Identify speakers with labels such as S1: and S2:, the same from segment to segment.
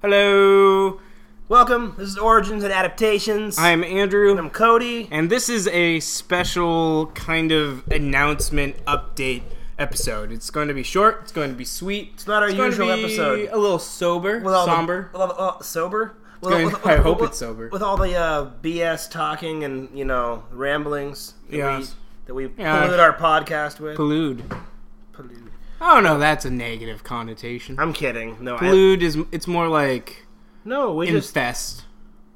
S1: Hello,
S2: Welcome. This is Origins and Adaptations.
S1: I'm Andrew,
S2: I'm Cody.
S1: and this is a special kind of announcement update episode. It's going to be short. It's going to be sweet. It's
S2: not our
S1: going to
S2: usual
S1: be
S2: episode.
S1: A little sober,
S2: With all the-
S1: somber.
S2: with all the- uh, sober. With-
S1: going-
S2: with-
S1: I
S2: with-
S1: hope
S2: with-
S1: it's sober.
S2: With all the uh, BS talking and you know ramblings. That
S1: Yes.
S2: We, that we
S1: Yeah.
S2: polluted our podcast with.
S1: Collude.
S2: Polluted.
S1: Oh no, that's a negative connotation.
S2: I'm kidding. No, I,
S1: Collude is it's more like
S2: no. We just
S1: infest.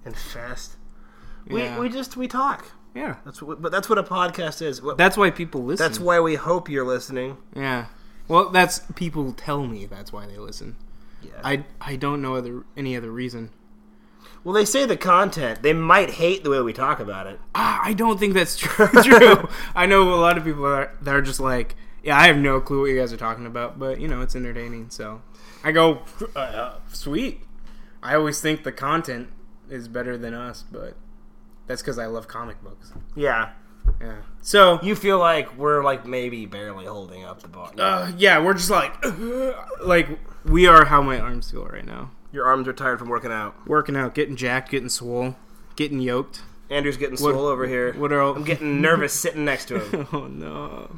S2: infest.
S1: Yeah.
S2: We we just we talk.
S1: Yeah,
S2: That's what. But that's what a podcast is. What-
S1: that's why people listen.
S2: That's why we hope you're listening.
S1: Yeah. Well, that's people tell me that's why they listen.
S2: Yeah.
S1: I I don't know other any other reason.
S2: well, they say the content. They might hate the way we talk about it.
S1: Ah, I don't think that's true. true. I know a lot of people are that are just like, yeah, I have no clue what you guys are talking about, but you know, it's entertaining. So I go, uh, uh, sweet. I always think the content is better than us, but that's because I love comic books.
S2: Yeah.
S1: Yeah. So
S2: You feel like we're like maybe barely holding up the bar.
S1: uh, yeah, we're just like, like we are how my arms feel right now.
S2: Your arms are tired from working out.
S1: Working out, getting jacked, getting swole, getting yoked.
S2: Andrew's getting swole over here.
S1: What are all?
S2: I'm getting nervous sitting next to him.
S1: oh no.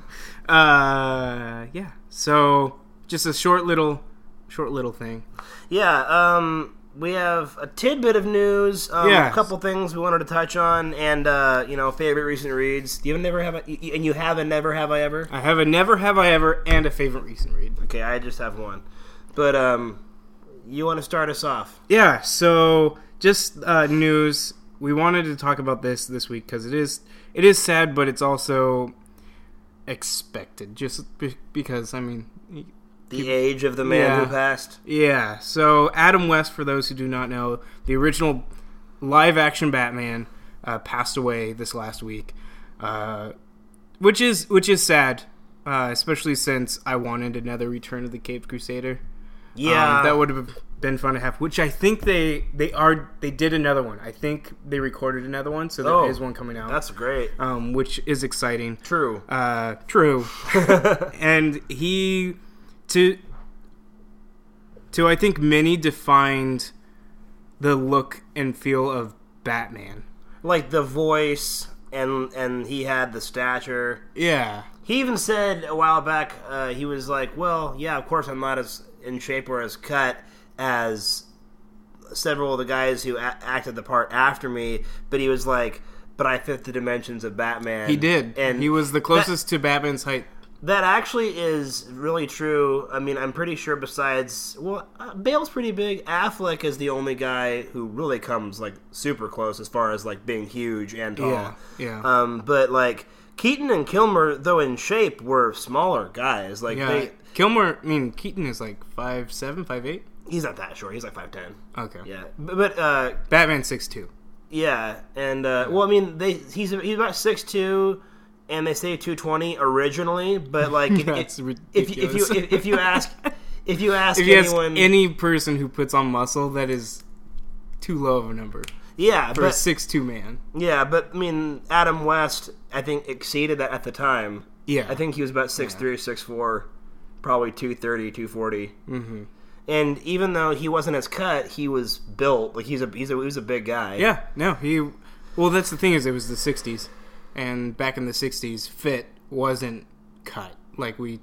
S1: Uh, yeah. So just a short little, short little thing.
S2: Yeah, um, we have a tidbit of news, um,
S1: Yes.
S2: a couple things we wanted to touch on, and uh, you know, favorite recent reads. You have never have, I- y- y- and you have a never have I ever.
S1: I have a never have I ever and a favorite recent read.
S2: Okay, I just have one, but um, you want to start us off?
S1: Yeah. So just uh, news. We wanted to talk about this this week because it is it is sad, but it's also expected. Just be- because I mean,
S2: The age of the man
S1: Yeah. Um,
S2: who passed.
S1: yeah. So Adam West, for those who do not know, the original live action Batman uh, passed away this last week, uh, which is which is sad, uh, especially since I wanted another Return of the Caped Crusader.
S2: Yeah,
S1: Um, that would have been fun to have. Which I think they they are they did another one. I think they recorded another one, so there is
S2: Oh,
S1: one coming out,
S2: that's great.
S1: um, which is exciting.
S2: True.
S1: Uh, true, and he to to I think many defined the look and feel of Batman.
S2: like the voice, and and he had the stature.
S1: Yeah,
S2: He even said a while back, uh, he was like, "Well, yeah, of course I'm not as in shape or as cut as several of the guys who a- acted the part after me," but he was like, "But I fit the dimensions of Batman."
S1: he did,
S2: and
S1: and he was the closest to Batman's height.
S2: that actually is really true. I mean, I'm pretty sure. Besides, well, uh, Bale's pretty big. Affleck is the only guy who really comes like super close as far as like being huge and tall.
S1: Yeah, yeah.
S2: Um, but like Keaton and Kilmer, though in shape, were smaller guys. Like
S1: yeah,
S2: they,
S1: Kilmer. I mean, Keaton is like five seven, five eight.
S2: he's not that short. He's like five ten.
S1: Okay.
S2: Yeah, but, but uh,
S1: Batman six two.
S2: yeah, and uh, well, I mean, they he's he's about six two. And they say 220 originally, but like if,
S1: That's
S2: if, if you if you
S1: ridiculous.
S2: if, if you ask if you ask
S1: If you ask
S2: anyone
S1: any person who puts on muscle, that is too low of a number
S2: yeah
S1: for a
S2: but
S1: six two man.
S2: yeah but I mean Adam West I think exceeded that at the time
S1: Yeah,
S2: I think he was about six three, six four, probably 230, 240. Mm-hmm. And even though he wasn't as cut, he was built. Like he's a he's a he was a big guy.
S1: Yeah, no, he. Well, that's the thing is, it was the '60s, and back in the '60s, fit wasn't cut like we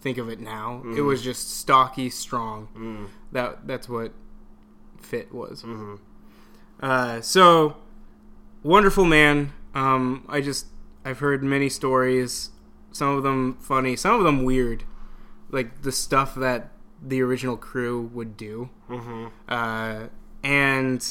S1: think of it now. It was just stocky, strong. That that's what fit was. Mm-hmm. Uh, so wonderful man. Um, I just I've heard many stories. Some of them funny, some of them weird. Like the stuff that the original crew would do. Uh, and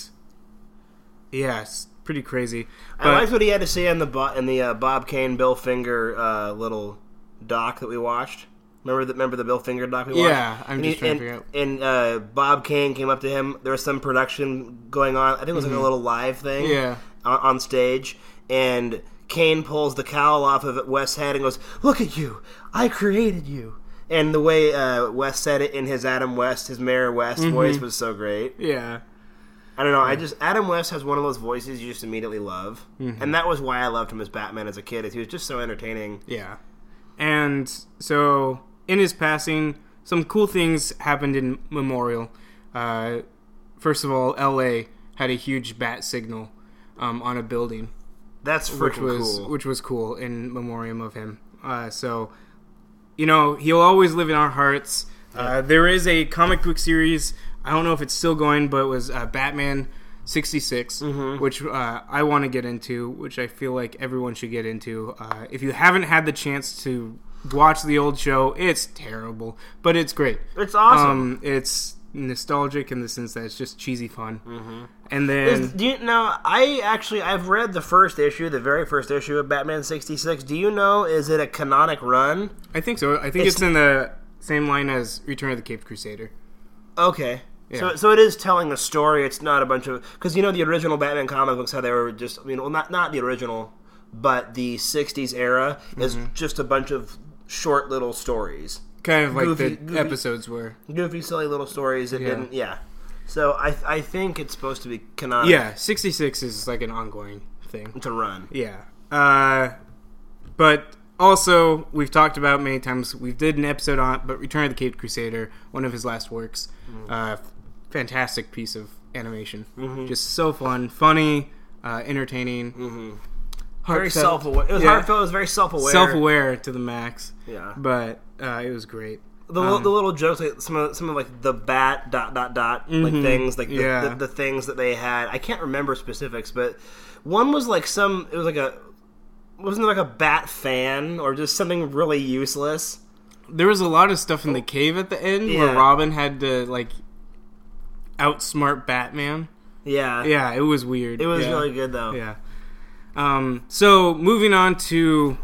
S1: yeah, it's pretty crazy. But
S2: I liked what he had to say in the Bo- in the uh, Bob Kane Bill Finger uh, little doc that we watched. Remember the remember the Bill Finger doc we watched?
S1: Yeah, I'm
S2: and
S1: just trying
S2: and,
S1: to figure out.
S2: And uh, Bob Kane came up to him. There was some production going on. I think it was like a little live thing.
S1: Mm-hmm. Yeah.
S2: on, on stage, and Kane pulls the cowl off of West's head and goes, "Look at you! I created you." And the way uh, West said it in his Adam West, his Mayor West
S1: Mm-hmm.
S2: voice was so great.
S1: yeah,
S2: I don't know. I just Adam West has one of those voices you just immediately love,
S1: Mm-hmm.
S2: and that was why I loved him as Batman as a kid. Is he was just so entertaining.
S1: yeah. And so in his passing, some cool things happened in memorial. Uh, First of all, L.A. had a huge bat signal um, on a building,
S2: That's
S1: which
S2: freaking
S1: was
S2: cool.
S1: which was cool in memoriam of him. Uh, so, you know, he'll always live in our hearts. Uh, there is a comic book series. I don't know if it's still going, but it was uh, Batman '66,
S2: Mm-hmm.
S1: which uh, I want to get into, which I feel like everyone should get into. Uh, if you haven't had the chance to watch the old show, it's terrible, but it's great.
S2: it's awesome.
S1: Um, it's nostalgic in the sense that it's just cheesy fun. Mm-hmm. And
S2: Is-
S1: then
S2: do you know? I actually I've read the first issue, the very first issue of Batman sixty six. Do you know? Is it a canonic run?
S1: I think so. I think it's,
S2: It's-
S1: in the same line as Return of the Caped Crusader.
S2: Okay.
S1: Yeah.
S2: So, so it is telling a story. It's not a bunch of because you know the original Batman comic books how they were just I mean well not not the original but the '60s era is
S1: Mm-hmm.
S2: just a bunch of short little stories,
S1: Kind of like
S2: Goofy-
S1: the
S2: goofy.
S1: episodes were.
S2: goofy, silly little stories that
S1: Yeah.
S2: didn't yeah. So I I think it's supposed to be canonic
S1: Yeah, 66 is like an ongoing thing.
S2: to run.
S1: Yeah. Uh, but also, we've talked about many times, we did an episode on it, but Return of the Caped Crusader, one of his last works.
S2: Mm.
S1: Uh, fantastic piece of animation.
S2: Mm-hmm.
S1: Just so fun, funny, uh, entertaining. Mm-hmm.
S2: Very self aware. It was
S1: Yeah.
S2: heartfelt. It was very self aware.
S1: self-aware to the max.
S2: Yeah.
S1: but uh, it was great.
S2: The,
S1: um,
S2: li- the little jokes, like some of some of like the bat dot dot dot like things, like the,
S1: Mm-hmm. yeah.
S2: the, the things that they had. I can't remember specifics, but one was like some. It was like a wasn't it like a bat fan or just something really useless.
S1: There was a lot of stuff in the cave at the end where
S2: Oh. Yeah.
S1: Robin had to like outsmart Batman.
S2: Yeah,
S1: Yeah, it was weird.
S2: It was
S1: yeah.
S2: really good though.
S1: Yeah. Um, so moving on to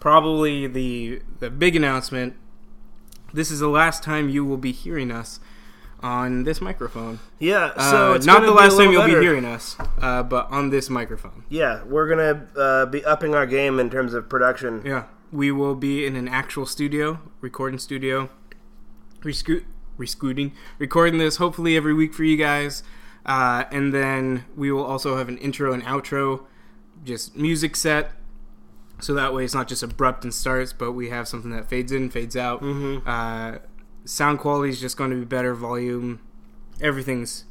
S1: probably the the big announcement. This is the last time you will be hearing us on this microphone.
S2: Yeah, so
S1: Uh,
S2: it's
S1: not
S2: gonna
S1: the
S2: be a
S1: last time
S2: little
S1: you'll
S2: better.
S1: be hearing us, uh, but on this microphone.
S2: Yeah, we're gonna uh, be upping our game in terms of production.
S1: Yeah, we will be in an actual studio, recording studio, rescoo- rescooting, recording this hopefully every week for you guys. Uh, and then we will also have an intro and outro, just music set. So that way it's not just abrupt and starts, but we have something that fades in, fades out. Uh, sound quality is just going to be better, volume, everything's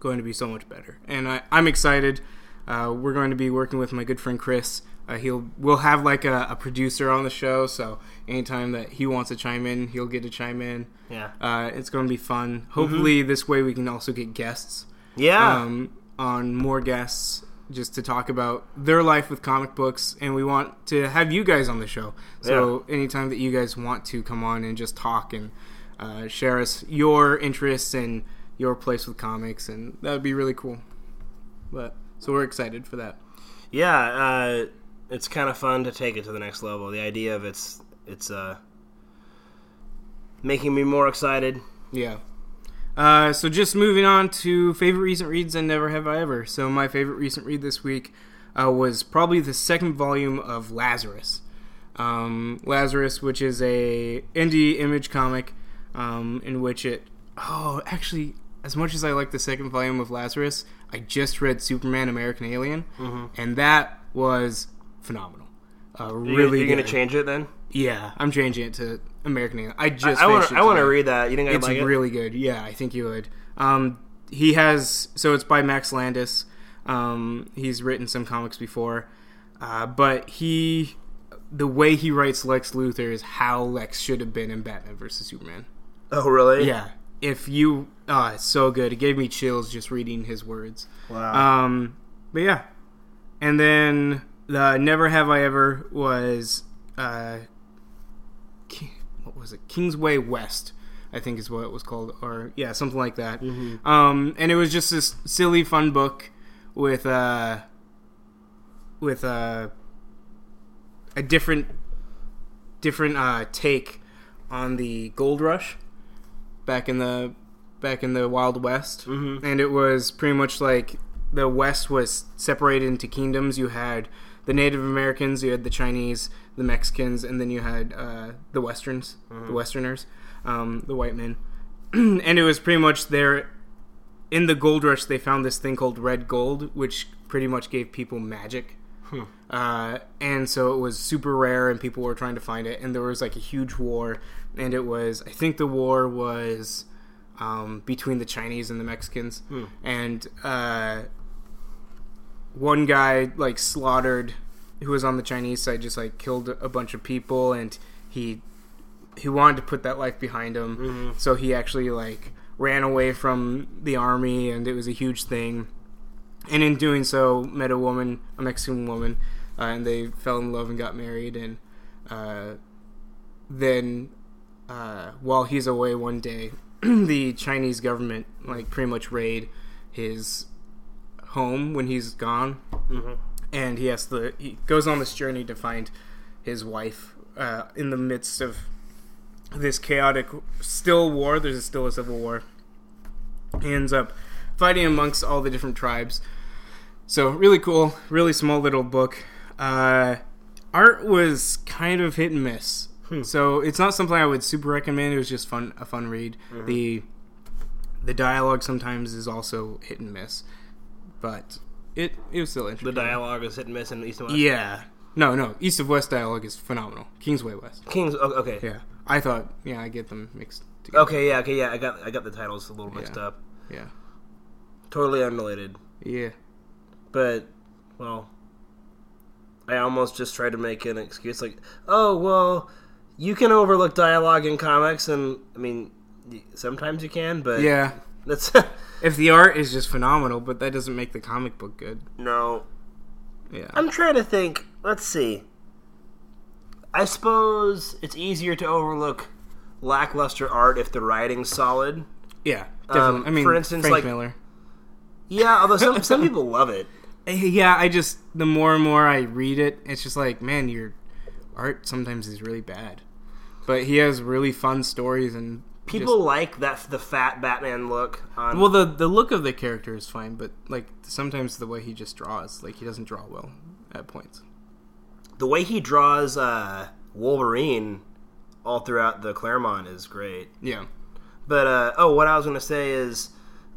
S1: going to be so much better. And I, I'm excited. Uh, we're going to be working with my good friend Chris. Uh, he'll we'll have like a, a producer on the show, so anytime that he wants to chime in, he'll get to chime in.
S2: Yeah,
S1: Uh, it's going to be fun. Hopefully, this way we can also get guests
S2: yeah,
S1: um, on more guests just to talk about their life with comic books, and we want to have you guys on the show. So anytime that you guys want to come on and just talk and uh, share us your interests and your place with comics, and that would be really cool. But so we're excited for that.
S2: yeah. Uh, it's kind of fun to take it to the next level. The idea of it's it's uh, making me more excited.
S1: Yeah. Uh, so just moving on to favorite recent reads and never have I ever. So my favorite recent read this week uh, was probably the second volume of Lazarus. Um, Lazarus, which is a indie image comic, um, in which it. Oh, actually, as much as I like the second volume of Lazarus, I just read Superman: American Alien,
S2: Mm-hmm.
S1: and that was phenomenal. Uh,
S2: You gonna-
S1: really,
S2: you gonna
S1: good.
S2: change it then?
S1: Yeah, I'm changing it to American Alien. I just
S2: I want
S1: finished
S2: to.
S1: it
S2: I want to
S1: today.
S2: read that. You think I
S1: It's
S2: like it?
S1: really good. Yeah, I think you would. Um, he has so it's by Max Landis. Um, he's written some comics before, uh, but he, the way he writes Lex Luthor is how Lex should have been in Batman versus Superman.
S2: Oh, really?
S1: Yeah, if you, ah, it's so good. It gave me chills just reading his words.
S2: Wow.
S1: Um, but yeah, and then the Never Have I Ever was, uh, Ki- what was it? Kingsway West, I think is what it was called, or yeah, something like that. Um, and it was just this silly, fun book with uh, with uh, a different different uh, take on the gold rush back in the back in the Wild West, and it was pretty much like the West was separated into kingdoms. You had the Native Americans, you had the Chinese, the Mexicans, and then you had uh, the Westerns, the Westerners, um, the white men, and it was pretty much their in the gold rush they found this thing called red gold which pretty much gave people magic uh, and so it was super rare and people were trying to find it and there was like a huge war and it was i think the war was um, between the Chinese and the Mexicans, and uh, one guy like slaughtered who was on the Chinese side just like killed a bunch of people, and he he wanted to put that life behind him, so he actually like ran away from the army, and it was a huge thing and in doing so met a woman a mexican woman uh, and they fell in love and got married and uh, then uh, while he's away one day the chinese government like pretty much raid his home when he's gone and he has to he goes on this journey to find his wife uh, in the midst of this chaotic still war there's still a civil war he ends up fighting amongst all the different tribes. So really cool, really small little book. Uh, art was kind of hit and miss, so it's not something I would super recommend. It was just fun, a fun read. the The dialogue sometimes is also hit and miss, but it it was still
S2: The
S1: interesting.
S2: dialogue is hit and miss in East and West.
S1: yeah, no, no, East of West dialogue is phenomenal. Kingsway West,
S2: Kings. o- Okay.
S1: yeah. I thought, yeah, I get them mixed together.
S2: Okay. Yeah. Okay. Yeah. I got. I got the titles a little mixed
S1: Yeah.
S2: up.
S1: Yeah,
S2: Totally unrelated.
S1: yeah.
S2: But, well, I almost just tried to make an excuse like, oh, well, you can overlook dialogue in comics, and I mean, y- sometimes you can, but
S1: Yeah.
S2: that's
S1: If the art is just phenomenal, but that doesn't make the comic book good.
S2: no.
S1: Yeah.
S2: I'm trying to think. Let's see. I suppose it's easier to overlook lackluster art if the writing's solid.
S1: yeah. Definitely. I mean,
S2: um, for instance,
S1: Frank
S2: like-
S1: Miller.
S2: Yeah, although some some people love it.
S1: Eh, Yeah, I just the more and more I read it, it's just like, man, your art sometimes is really bad, but he has really fun stories and
S2: People like that the fat Batman look. On,
S1: Just, well, the the look of the character is fine, but like sometimes the way he just draws, like he doesn't draw well at points.
S2: the way he draws uh, Wolverine all throughout the Claremont is great.
S1: Yeah.
S2: But uh, oh, what I was going to say is,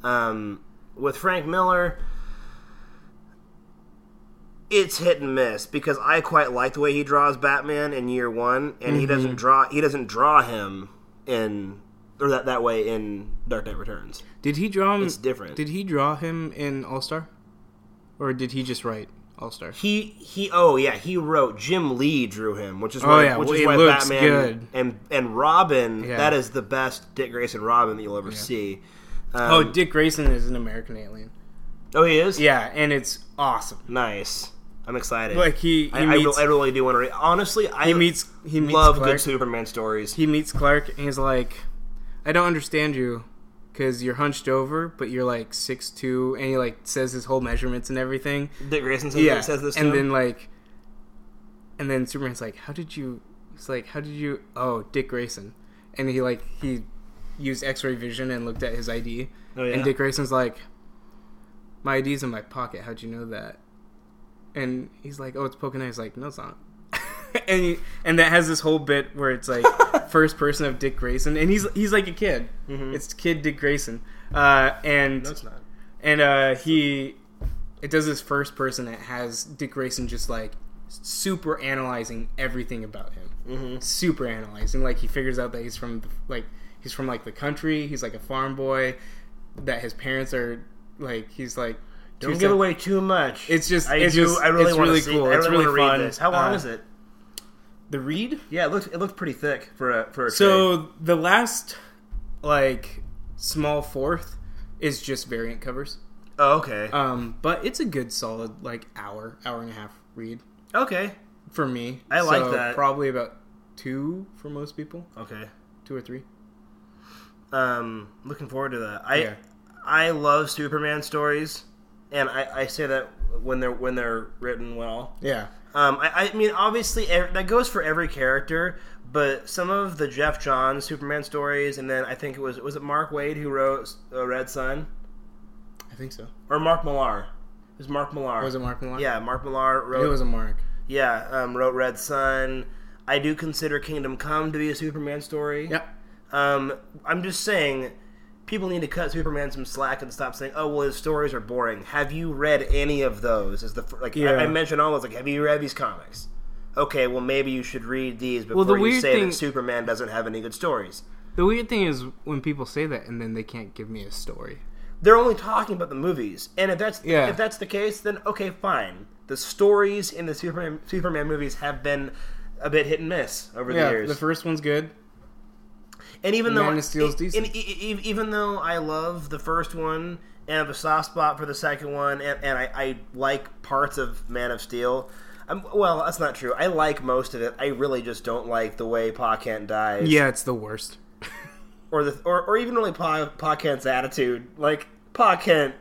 S2: um, with Frank Miller, it's hit and miss because I quite like the way he draws Batman in Year One, and he doesn't draw he doesn't draw him in or that that way in Dark Knight Returns.
S1: Did he draw him?
S2: It's different.
S1: Did he draw him in All Star, or did he just write All Star?
S2: He he oh yeah he wrote Jim Lee drew him which is
S1: Oh,
S2: why,
S1: yeah,
S2: which
S1: well,
S2: is
S1: it
S2: why
S1: looks
S2: Batman
S1: good.
S2: and and Robin
S1: Yeah.
S2: that is the best Dick Grayson Robin that you'll ever see. Um,
S1: Oh, Dick Grayson is an American alien.
S2: oh he is
S1: Yeah, and it's awesome.
S2: nice I'm excited
S1: Like he, he
S2: I, I,
S1: meets,
S2: re- I really do want to read honestly I
S1: he meets he meets
S2: love
S1: Clark.
S2: good Superman stories
S1: he meets Clark and he's like, I don't understand you because you're hunched over, but you're like six two, and he like says his whole measurements and everything.
S2: Dick Grayson says,
S1: Yeah,
S2: says this to
S1: and
S2: him.
S1: then like, and then Superman's like, how did you? It's like, how did you? Oh, Dick Grayson, and he like he used X-ray vision and looked at his ID,
S2: Oh, yeah.
S1: and Dick Grayson's like, my ID's in my pocket. How'd you know that? And he's like, oh, it's Pokemon. He's like, no, it's not. and he, and that has this whole bit where it's like first person of Dick Grayson, and he's he's like a kid.
S2: Mm-hmm.
S1: It's kid Dick Grayson, uh, and
S2: no it's not
S1: and uh, he it does this first person that has Dick Grayson just like super analyzing everything about him, mm-hmm. super analyzing. Like he figures out that he's from like he's from like the country. He's like a farm boy. That his parents are like he's like
S2: don't
S1: two
S2: give
S1: sec-
S2: away too much
S1: It's just-
S2: I
S1: it's
S2: do
S1: just-
S2: I really
S1: it's
S2: want
S1: really
S2: to
S1: cool.
S2: see, I
S1: It's
S2: really
S1: really
S2: wanna
S1: fun.
S2: read this. how long
S1: Uh,
S2: is it
S1: the read.
S2: yeah it looks it looks pretty thick for a for a trade.
S1: So the last like small fourth is just variant covers.
S2: oh okay
S1: Um, but it's a good solid like hour, hour and a half read
S2: okay
S1: for me.
S2: I like that.
S1: Probably about two for most people,
S2: okay.
S1: two or three.
S2: um, looking forward to that. I
S1: Yeah.
S2: I love Superman stories, and I, I say that when they're when they're written well.
S1: Yeah,
S2: Um, I, I mean, obviously ev that goes for every character, but some of the Jeff Johns Superman stories, and then I think it was was it Mark Wade who wrote uh, Red Sun
S1: I think so.
S2: or Mark Millar. It was Mark Millar.
S1: Was it Mark Millar?
S2: Yeah, Mark Millar
S1: it
S2: wrote.
S1: was a Mark.
S2: yeah, um, wrote Red Sun. I do consider Kingdom Come to be a Superman story.
S1: Yep.
S2: Um, I'm just saying, people need to cut Superman some slack and stop saying, "Oh, well, his stories are boring." Have you read any of those? Is the fir- like
S1: Yeah.
S2: I, I mentioned all those? Like, have you read these comics? Okay, well, maybe you should read these before
S1: the
S2: you
S1: weird
S2: say
S1: thing-
S2: that Superman doesn't have any good stories.
S1: The weird thing is when people say that and then they can't give me a story.
S2: They're only talking about the movies, and if that's
S1: Yeah.
S2: if that's the case, then okay, fine. The stories in the Superman Superman movies have been a bit hit and miss over the
S1: Yeah,
S2: years.
S1: the first one's good.
S2: And even though
S1: Man of Steel's
S2: and-
S1: decent.
S2: and e- e- even though I love the first one and have a soft spot for the second one, and, and I, I like parts of Man of Steel. I'm, well, that's not true. I like most of it. I really just don't like the way Pa Kent dies,
S1: Yeah, it's the worst.
S2: or the or, or even really Pa, pa Kent's attitude. Like Pa Kent,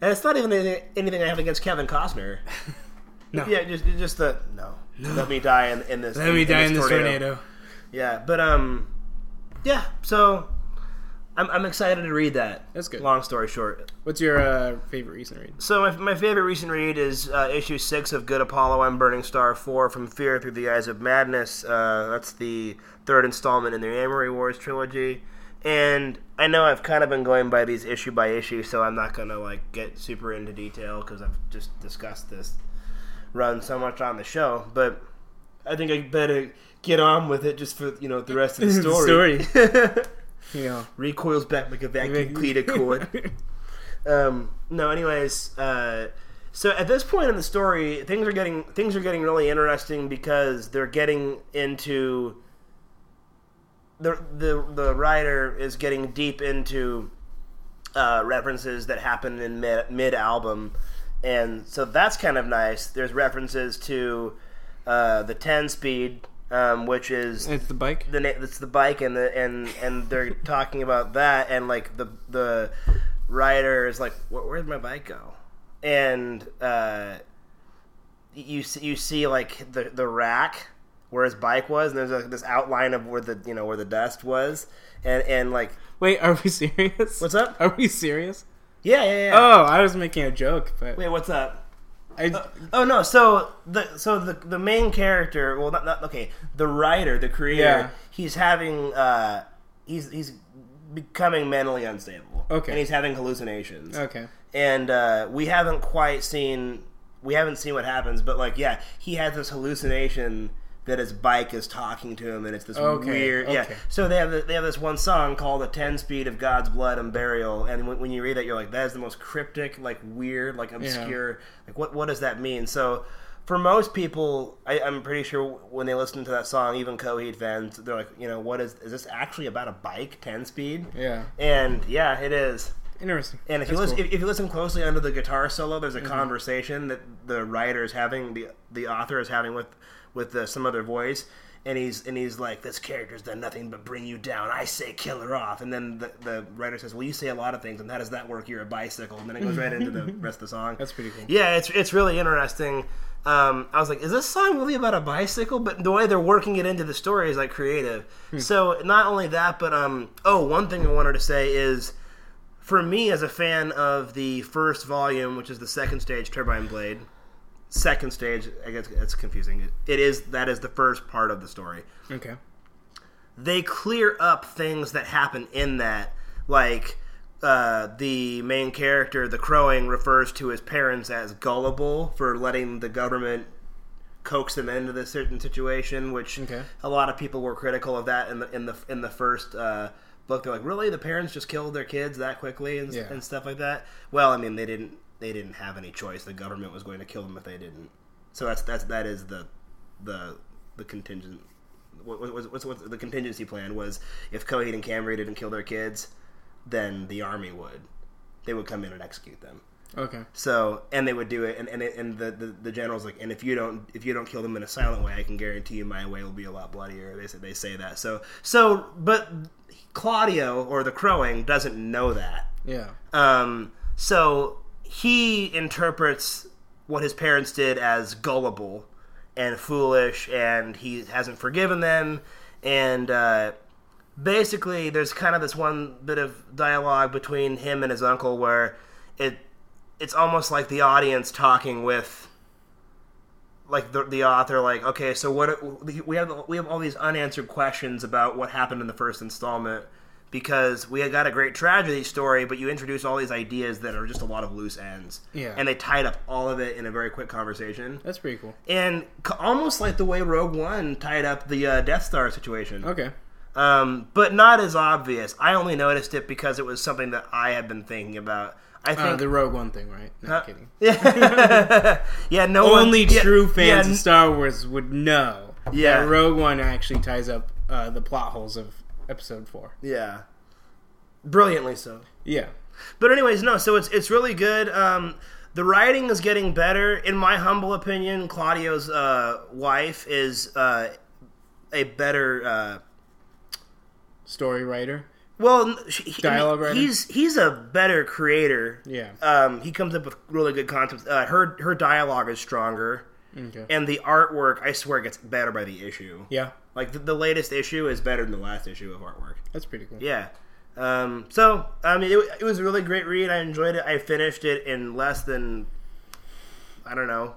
S2: and it's not even anything, anything I have against Kevin Costner.
S1: No.
S2: Yeah, just just the no. Let me die in, in this.
S1: Let me die in this tornado.
S2: Yeah, but um, yeah. So I'm I'm excited to read that.
S1: That's good.
S2: Long story short,
S1: What's your uh, favorite recent read?
S2: so my, my favorite recent read is uh, issue six of Good Apollo. I'm Burning Star four from Fear Through the Eyes of Madness. Uh, that's the third installment in the Amory Wars trilogy. And I know I've kind of been going by these issue by issue, so I'm not gonna like get super into detail because I've just discussed this run so much on the show. But I think I better get on with it just for you know the rest of the
S1: The
S2: story.
S1: You know,
S2: recoils back like a vacuum cleaner cord. Um, no, anyways, uh, so at this point in the story, things are getting things are getting really interesting because they're getting into the the the writer is getting deep into uh, references that happen in mid mid album, and so that's kind of nice. There's references to uh, the ten speed, um, which is
S1: it's the bike.
S2: the na- it's the bike and the and and they're talking about that and like the the rider is like Where, where'd my bike go and uh you see, you see like the the rack where his bike was and there's like this outline of where the you know where the dust was and and like
S1: Wait, are we serious?
S2: what's up
S1: Are we serious?
S2: yeah yeah yeah
S1: Oh, I was making a joke, but
S2: wait what's up
S1: I,
S2: Oh no! So the so the the main character, well, not, not okay. The writer, the creator,
S1: Yeah.
S2: he's having uh, he's he's becoming mentally unstable.
S1: Okay.
S2: and he's having hallucinations.
S1: okay.
S2: And uh, we haven't quite seen we haven't seen what happens, but like yeah, he has this hallucination that his bike is talking to him, and it's this
S1: Okay,
S2: weird yeah.
S1: okay.
S2: So they have th- they have this one song called "The Ten Speed of God's Blood and Burial," and when, when you read that, you're like, that is the most cryptic, like weird, like obscure, like what what does that mean? So. For most people, I, I'm pretty sure when they listen to that song, even Coheed fans, they're like, you know, what is is this actually about a bike, ten speed?
S1: Yeah.
S2: And yeah, it is.
S1: Interesting.
S2: And if you,
S1: That's
S2: listen,
S1: cool. Mm-hmm.
S2: if, if you listen closely under the guitar solo, there's a conversation that the writer is having, the the author is having with with uh, some other voice, and he's and he's like, "This character's done nothing but bring you down. I say kill her off." And then the, the writer says, "Well, you say a lot of things, and how does that work? You're a bicycle." And then it goes right into the rest of the song.
S1: That's pretty cool.
S2: Yeah, it's it's really interesting. Um, I was like, is this song really about a bicycle? But the way they're working it into the story is like creative.
S1: Hmm.
S2: So not only that, but um, oh, one thing I wanted to say is, for me as a fan of the first volume, which is the second stage Turbine Blade, second stage, I guess it's confusing. It is that is the first part of the story
S1: okay.
S2: they clear up things that happen in that like uh, the main character the crowing refers to his parents as gullible for letting the government coax them into this certain situation which
S1: Okay.
S2: a lot of people were critical of that in the in the in the first uh, book they're like really the parents just killed their kids that quickly and,
S1: Yeah.
S2: and stuff like that well i mean they didn't they didn't have any choice the government was going to kill them if they didn't so that's that's that is the the the contingent what was what's, what's the contingency plan was if Coheed and Camry didn't kill their kids, then the army would. They would come in and execute them.
S1: Okay.
S2: So and they would do it, and and, it, and the, the the general's like, and if you don't if you don't kill them in a silent way, I can guarantee you my way will be a lot bloodier. They say they say that. So so but Claudio or the crowing doesn't know that.
S1: Yeah.
S2: Um, so he interprets what his parents did as gullible and foolish, and he hasn't forgiven them. And uh, basically, there's kind of this one bit of dialogue between him and his uncle where it it's almost like the audience talking with like the, the author like okay so what we have we have all these unanswered questions about what happened in the first installment because we had got a great tragedy story but you introduce all these ideas that are just a lot of loose ends
S1: Yeah.
S2: and they tied up all of it in a very quick conversation
S1: That's pretty cool.
S2: and c- almost like the way rogue one tied up the uh, death star situation
S1: Okay.
S2: um, but not as obvious. I only noticed it because it was something that I had been thinking about. I think
S1: Uh, the Rogue One thing, right? No,
S2: Uh,
S1: kidding.
S2: yeah, yeah, no one-
S1: Only
S2: yeah,
S1: true
S2: yeah,
S1: fans
S2: n-
S1: of Star Wars would know
S2: Yeah.
S1: that Rogue One actually ties up uh, the plot holes of Episode Four.
S2: yeah, brilliantly so.
S1: Yeah,
S2: But anyways, no. So it's it's really good. Um, the writing is getting better, in my humble opinion. Claudio's uh, wife is uh, a better. Uh,
S1: story writer.
S2: well, n- she, he-
S1: Dialogue writer?
S2: He's he's a better creator.
S1: Yeah.
S2: Um, he comes up with really good concepts. Uh, her her dialogue is stronger,
S1: Okay.
S2: and the artwork I swear gets better by the issue.
S1: yeah,
S2: Like the, the latest issue is better than the last issue of artwork.
S1: that's pretty cool.
S2: Yeah. Um, so I mean, it, wa- it was a really great read. I enjoyed it. I finished it in less than, I don't know,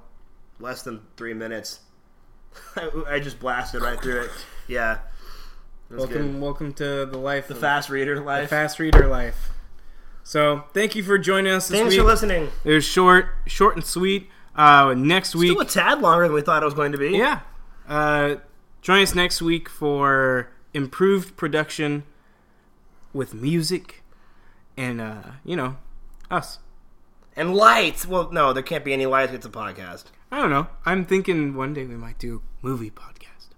S2: less than three minutes. I, I just blasted right through it. Yeah. It was
S1: welcome,
S2: good.
S1: welcome to the life, the of
S2: Fast reader
S1: the
S2: life.
S1: fast reader life. So, thank you for joining us this
S2: Thanks
S1: week.
S2: for listening.
S1: It was short, short and sweet. Uh, next week,
S2: Still a tad longer than we thought it was going to be.
S1: yeah. Uh, join us next week for improved production with music and uh, you know us.
S2: And lights. Well, no, there can't be any lights. It's a podcast.
S1: I don't know. I'm thinking one day we might do a movie podcast.